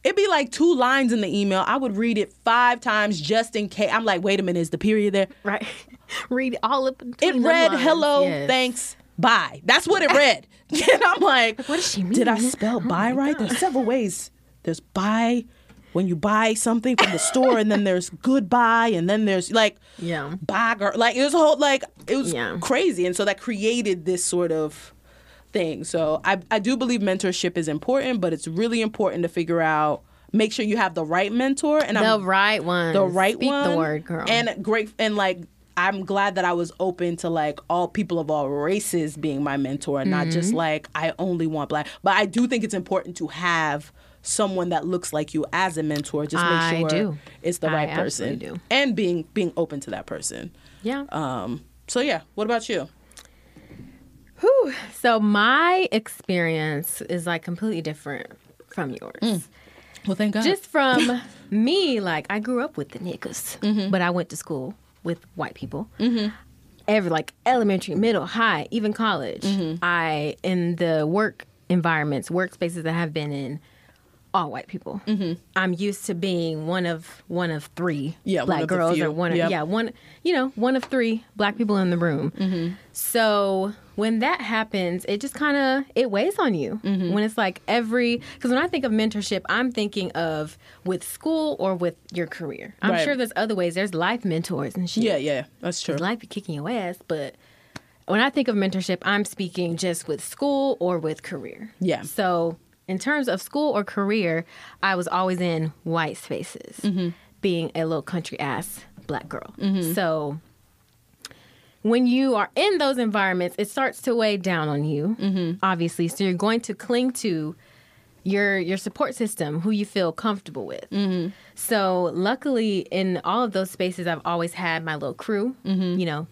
It'd be like two lines in the email. I would read it five times just in case. I'm like, wait a minute, is the period there? Right. Read all up. It between the read lines. hello, Yes. thanks, bye. That's what it read. and I'm like, What does she Did I mean? Oh spell buy right? There's several ways. There's buy when you buy something from the store, and then there's goodbye, and then there's like Yeah. bye girl. Like it was a whole like it was Yeah. crazy, and so that created this sort of thing. So I I do believe mentorship is important, but it's really important to figure out make sure you have the right mentor. And The I'm right one. the right Speak one. the word, girl. And great and like I'm glad that I was open to like all people of all races being my mentor and not Mm-hmm. just like I only want black. But I do think it's important to have someone that looks like you as a mentor. Just make I sure do. it's the I right person. absolutely do. And being being open to that person. yeah. Um so yeah, what about you? Whew. So my experience is like completely different from yours. Mm. Well thank God. Just from me, like I grew up with the niggas, Mm-hmm. but I went to school with white people. Every like elementary, middle, high, even college. Mm-hmm. I in the work environments, workspaces that I've been in, all white people. Mm-hmm. I'm used to being one of one of three Yeah, one black of the girls few. or one of, Yep. Mm-hmm. yeah one you know one of three black people in the room. So when that happens, it just kind of it weighs on you. When it's like every because when I think of mentorship, I'm thinking of with school or with your career. I'm Right. sure there's other ways. There's life mentors and shit. yeah, yeah, that's true. Life be kicking your ass, but when I think of mentorship, I'm speaking just with school or with career. Yeah. So in terms of school or career, I was always in white spaces, being a little country ass black girl. So when you are in those environments, it starts to weigh down on you, obviously. So you're going to cling to your your support system, who you feel comfortable with. So luckily, in all of those spaces, I've always had my little crew. You know,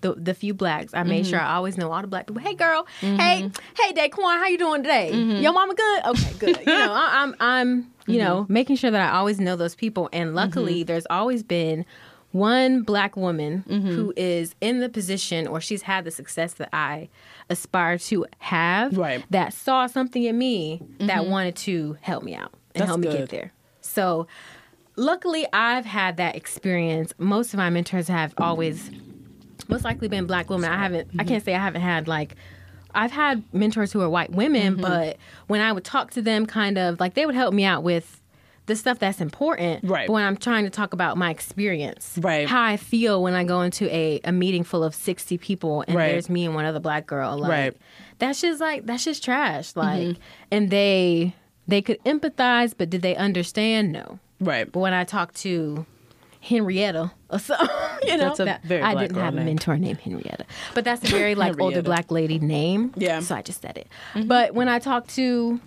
the the few blacks. I made sure I always know all the black people. Hey, girl. Hey, hey, Daquan. How you doing today? Your mama good? Okay, good. you know, I, I'm I'm you know making sure that I always know those people. And luckily, there's always been one black woman who is in the position or she's had the success that I aspire to have Right. that saw something in me that wanted to help me out and That's help me good. get there. So luckily I've had that experience. Most of my mentors have always most likely been black women. I haven't I can't say I haven't had like I've had mentors who are white Mm-hmm. women, but when I would talk to them kind of like they would help me out with the stuff that's important. Right. But when I'm trying to talk about my experience, Right. how I feel when I go into a, a meeting full of sixty people and Right. there's me and one other black girl. Like Right. Mm-hmm. that's just like that's just trash. Like and they they could empathize, but did they understand? No. Right. But when I talk to, Henrietta or something. You know, That's a That- very I black didn't girl have a name. mentor named Henrietta, but that's a very like older Henrietta. black lady name. Yeah. Mm-hmm. so I just said it. But when I talk to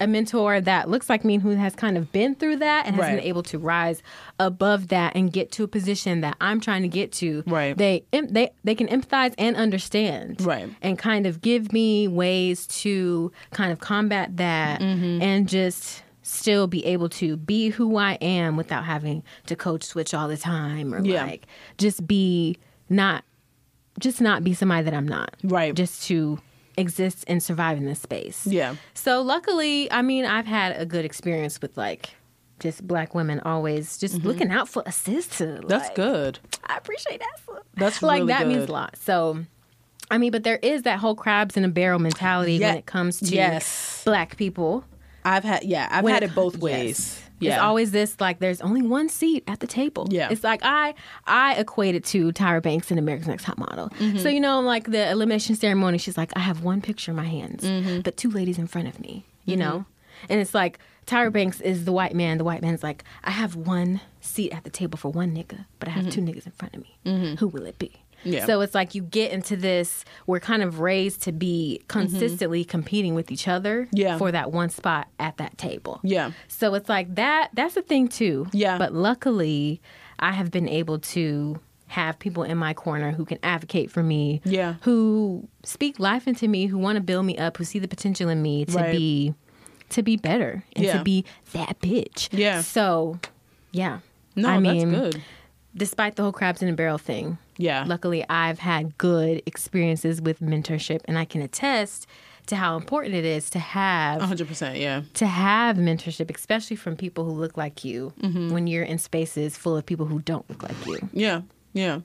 a mentor that looks like me and who has kind of been through that and has Right. been able to rise above that and get to a position that I'm trying to get to, Right. They em- they they can empathize and understand, Right. and kind of give me ways to kind of combat that Mm-hmm. and just still be able to be who I am without having to code switch all the time or Yeah. like just be not just not be somebody that I'm not. Right. Just to exist and survive in this space. Yeah. So luckily, I mean, I've had a good experience with like just black women always just looking out for a sister. Mm-hmm. That's like, good. I appreciate that. That's like really that means good. a lot. So, I mean, but there is that whole crabs in a barrel mentality Yeah. when it comes to Yes. black people. I've had yeah, I've When had it it both co- ways. yes. Yeah. It's always this like there's only one seat at the table. Yeah. It's like I I equate it to Tyra Banks in America's Next Top Model. Mm-hmm. So you know like the elimination ceremony, she's like, I have one picture in my hands, Mm-hmm. but two ladies in front of me, you know? And it's like Tyra Banks is the white man. The white man's like, I have one seat at the table for one nigga, but I have two niggas in front of me. Who will it be? Mm-hmm. Yeah. So it's like you get into this, we're kind of raised to be Mm-hmm. consistently competing with each other Yeah. for that one spot at that table. Yeah. So it's like that that's a thing too. Yeah. But luckily I have been able to have people in my corner who can advocate for me. Yeah. Who speak life into me, who want to build me up, who see the potential in me to Right. be to be better and Yeah. to be that bitch. Yeah. So yeah. no, I that's mean, good. Despite the whole crabs in a barrel thing, Yeah. luckily I've had good experiences with mentorship and I can attest to how important it is to have 100%, yeah. to have mentorship, especially from people who look like you, Mm-hmm. when you're in spaces full of people who don't look like you. Yeah. Yeah.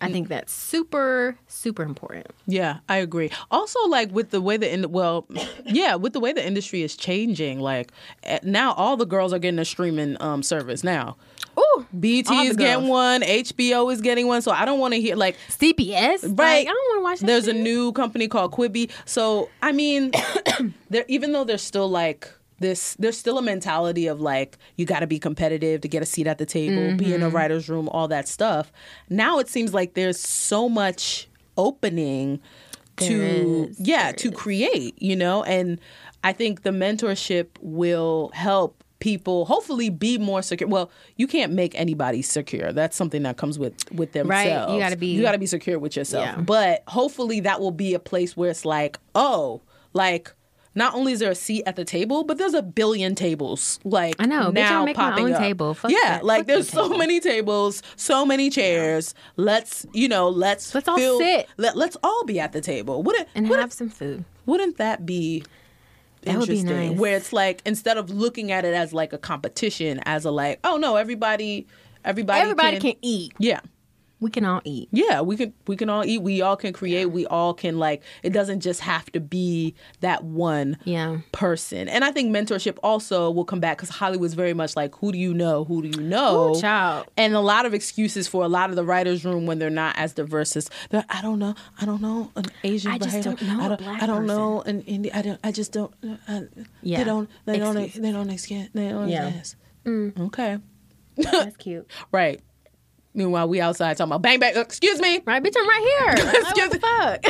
I think that's super, super important. Yeah, I agree. Also, like with the way the in- well, yeah, with the way the industry is changing, like eh, now all the girls are getting a streaming um, service now. Ooh, BT All the is getting girls. one, HBO is getting one, so I don't want to hear like CPS, right? Right. I don't want to watch. That There's a shit. new company called Quibi. So I mean, there even though there's still like this, there's still a mentality of like you got to be competitive to get a seat at the table, be Mm-hmm. in a writer's room, all that stuff. Now it seems like there's so much opening to There is, yeah to create, you know, and I think the mentorship will help people hopefully be more secure well you can't make anybody secure that's something that comes with with Right, themselves you gotta be- you gotta be secure with yourself Yeah. but hopefully that will be a place where it's like oh like not only is there a seat at the table but there's a billion tables like I know, bitch, now I'll make my popping own up. table. Fuck yeah that. like Fuck there's the so table. many tables so many chairs let's you know let's Let's all fill- sit. let, let's all be at the table wouldn't and wouldn't, have some food. wouldn't that be That would be interesting nice. where it's like instead of looking at it as like a competition as a like oh no everybody everybody Everybody can eat. yeah We can all eat. yeah we can we can all eat we all can create we all can like it doesn't just have to be that one Yeah. person and i think mentorship also will come back because hollywood's very much like who do you know who do you know Ooh, child. and a lot of excuses for a lot of the writers room when they're not as diverse as they're, i don't know i don't know an asian I just writer. don't know i a don't, black I don't know an indian i don't i just don't I, Yeah. they don't they Excuses. don't they don't excuse they don't Yeah. Mm. ask. okay That's cute. right meanwhile we outside talking about bang bang excuse me Right, bitch, I'm right here. Like, Excuse what the fuck?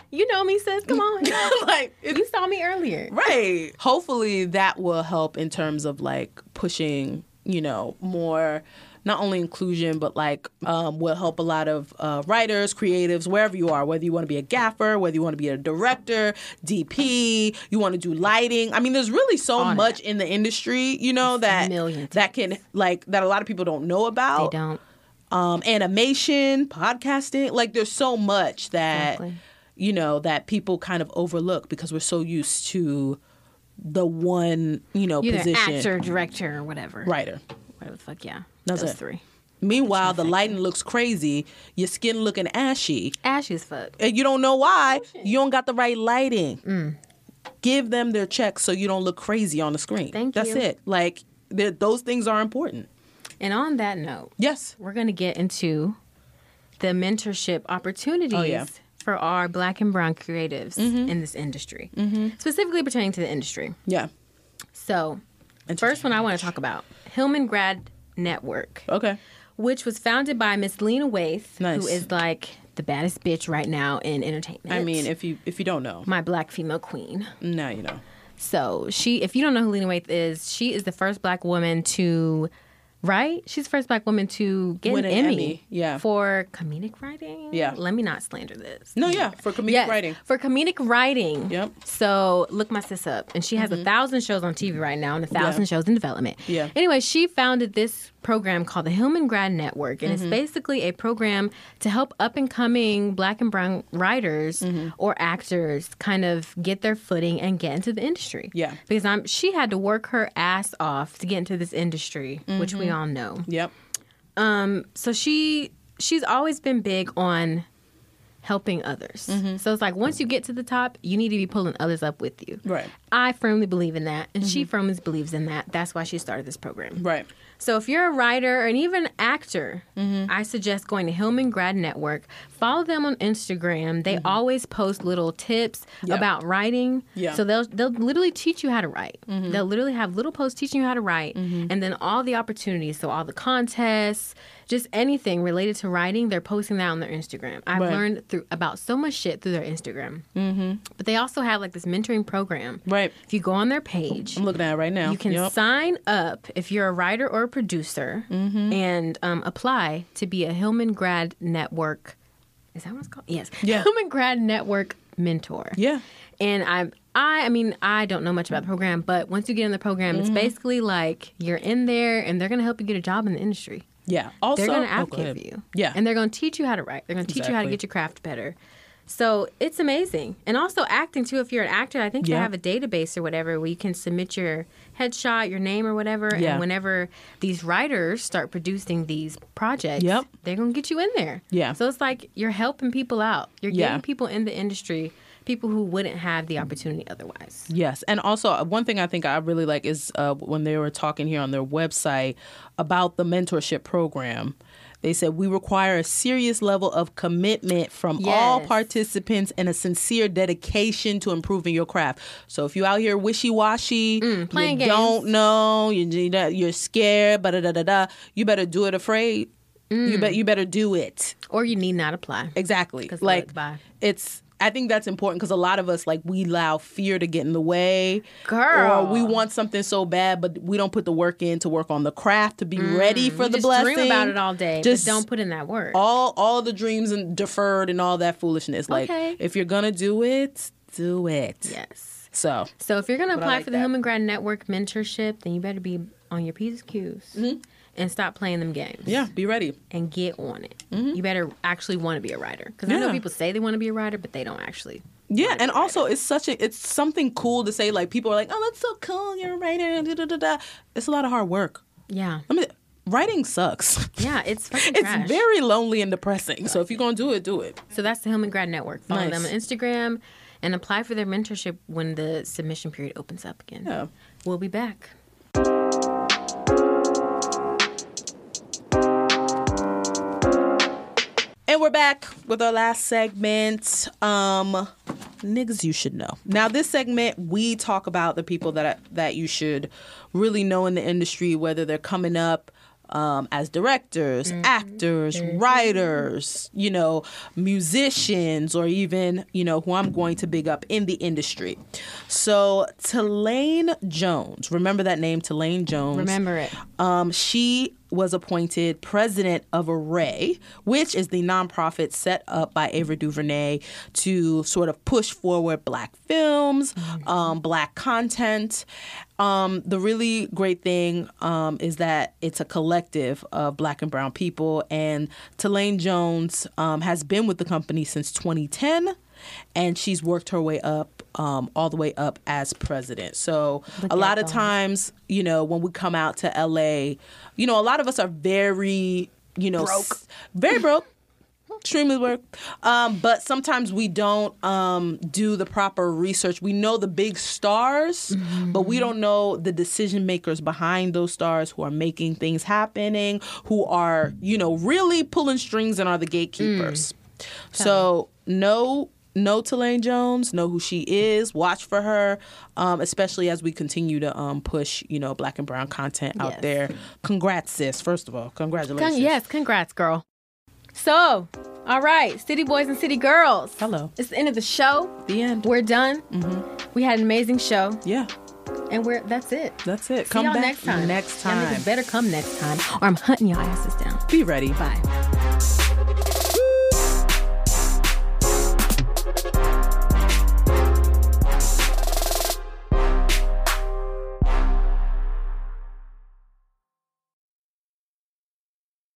you know me, sis. Come on. like it you saw me earlier. Right. Hopefully that will help in terms of like pushing, you know, more not only inclusion but like um, will help a lot of uh, writers creatives wherever you are whether you want to be a gaffer whether you want to be a director dp you want to do lighting i mean there's really so All of much in the industry you know that millions. that can like that a lot of people don't know They about don't. um, animation, podcasting. Like there's so much that Exactly. you know that people kind of overlook because we're so used to the one you know You're the position actor, director, or whatever. writer. Whatever the fuck, yeah. That's Those it. three. Meanwhile, the lighting looks crazy. Your skin looking ashy, Ashy as fuck. and you don't know Oh, why. You don't got the right lighting. Mm. Give them their checks so you don't look crazy on the screen. Thank That's you. it. Like they're- those things are important. And on that note, Yes. we're going to get into the mentorship opportunities Oh, yeah. Mm-hmm. for our black and brown creatives in this industry, specifically pertaining to the industry. Yeah. So, Entertainment first one I want to talk about Hillman Grad Network, Okay. which was founded by Miss Lena Waith, Nice. who is like the baddest bitch right now in entertainment. I mean, if you if you don't know, my black female queen. now you know. So she, if you don't know who Lena Waithe is, she is the first black woman to, right? She's the first black woman to get Win an, an Emmy, Emmy, yeah. for comedic writing. Yeah. let me not slander this. No, yeah, for comedic Yes, writing. for comedic writing. Yep. Mm-hmm. So look my sis up, and she has a thousand shows on TV right now and a thousand Yeah. shows in development. Yeah. Anyway, she founded this program called the Hillman Grad Network, and Mm-hmm. it's basically a program to help up and coming Black and Brown writers Mm-hmm. or actors kind of get their footing and get into the industry. Yeah. Because I'm, she had to work her ass off to get into this industry, which Mm-hmm. we all know Yep. so she she's always been big on helping others. So it's like once you get to the top, you need to be pulling others up with you. Right. I firmly believe in that, and she firmly believes in that. That's why she started this program. Right. So if you're a writer and even actor, I suggest going to Hillman Grad Network. Follow them on Instagram. They Mm-hmm. always post little tips Yeah. about writing. Yeah. Mm-hmm. So they'll they'll literally teach you how to write. They'll literally have little posts teaching you how to write and then all the opportunities, so all the contests, just anything related to writing, they're posting that on their Instagram. I've Right. learned through about so much shit through their Instagram. Mm-hmm. But they also have like this mentoring program. Right. If you go on their page, I'm looking at it right now. you can Yep. sign up if you're a writer or a producer Mm-hmm. and um, apply to be a Hillman Grad Network. Is that what it's called? Yes. Yeah. Hillman Grad Network mentor. Yeah. And I, I, I mean, I don't know much about the program, but once you get in the program, Mm-hmm. it's basically like you're in there, and they're going to help you get a job in the industry. Yeah. Also, They're going to oh, go advocate ahead. for you. Yeah. And they're going to teach you how to write. They're going to teach you how to Exactly. get your craft better. So it's amazing. And also acting, too. If you're an actor, I think Yeah. they have a database or whatever where you can submit your headshot, your name, or whatever. Yeah. And whenever these writers start producing these projects, Yep. they're going to get you in there. Yeah. So it's like you're helping people out, you're Yeah. getting people in the industry, people who wouldn't have the opportunity otherwise. Yes, and also uh, one thing I think I really like is uh, when they were talking here on their website about the mentorship program. They said we require a serious level of commitment from all Yes. participants and a sincere dedication to improving your craft. So if you out here wishy washy, you Mm, playing don't know, you you know, you're scared, but da da da da, you better do it afraid. You Mm. bet you better do it. Or you need not apply. Exactly. 'Cause Like look, bye. it's I think that's important because a lot of us like we allow fear to get in the way. Girl. Or we want something so bad but we don't put the work in to work on the craft to be ready for Mm, You the just blessing. dream about it all day, Just but don't put in that work. all all the dreams and deferred and all that foolishness. Like Okay. if you're gonna do it, do it. yes. So So if you're going to But I apply like for the that. Hillman Grad Network mentorship, then you better be on your P's and Q's and stop playing them games. Mm-hmm. yeah, be ready. And get on it. You better actually want to be a writer. Because I know Yeah. people say they want to be a writer, but they don't actually. Yeah, and also it's such a it's something cool to say. Like people are like, oh, that's so cool. You're a writer. Da, da, da, da. It's a lot of hard work. Yeah. I mean, writing sucks. Yeah, it's fucking It's trash. very lonely and depressing. So if you're gonna do it, do it. so that's the Hillman Grad Network. Follow Nice. them on Instagram and apply for their mentorship when the submission period opens up again. Yeah. We'll be back. And we're back with our last segment. Um, niggas you should know. Now this segment we talk about the people that that you should really know in the industry, whether they're coming up. Um, as directors, Mm-hmm. actors, writers, you know, musicians, or even, you know, who I'm going to big up in the industry. So, Tulane Jones, remember that name, Tulane Jones. Remember it. Um, she was appointed president of Array, which is the nonprofit set up by Ava DuVernay to sort of push forward Black films, um, Black content. Um, the really great thing um, is that it's a collective of Black and Brown people, and Tulane Jones um, has been with the company since 2010. And she's worked her way up, um, all the way up as president. So a lot of God. times times, you know, when we come out to LA, you know, a lot of us are very, you know, broke. very broke. Extremely broke. Um, but sometimes we don't um, do the proper research. We know the big stars, Mm-hmm. but we don't know the decision makers behind those stars who are making things happening, who Mm. are, you know, really pulling strings and are the gatekeepers. So know know Tulane Jones, know who she is, watch for her, um, especially as we continue to um, push, you know, black and brown content Yes. out there. Congrats, sis, first of all. Congratulations. Con- yes, congrats, girl. So, all right, City Boys and City Girls. Hello. It's the end of the show. The end. We're done. We had an amazing show, yeah, and we're that's it. that's it. See come y'all back next time. Next Y'all niggas time. better come next time, or I'm hunting y'all asses down. Be ready. Bye.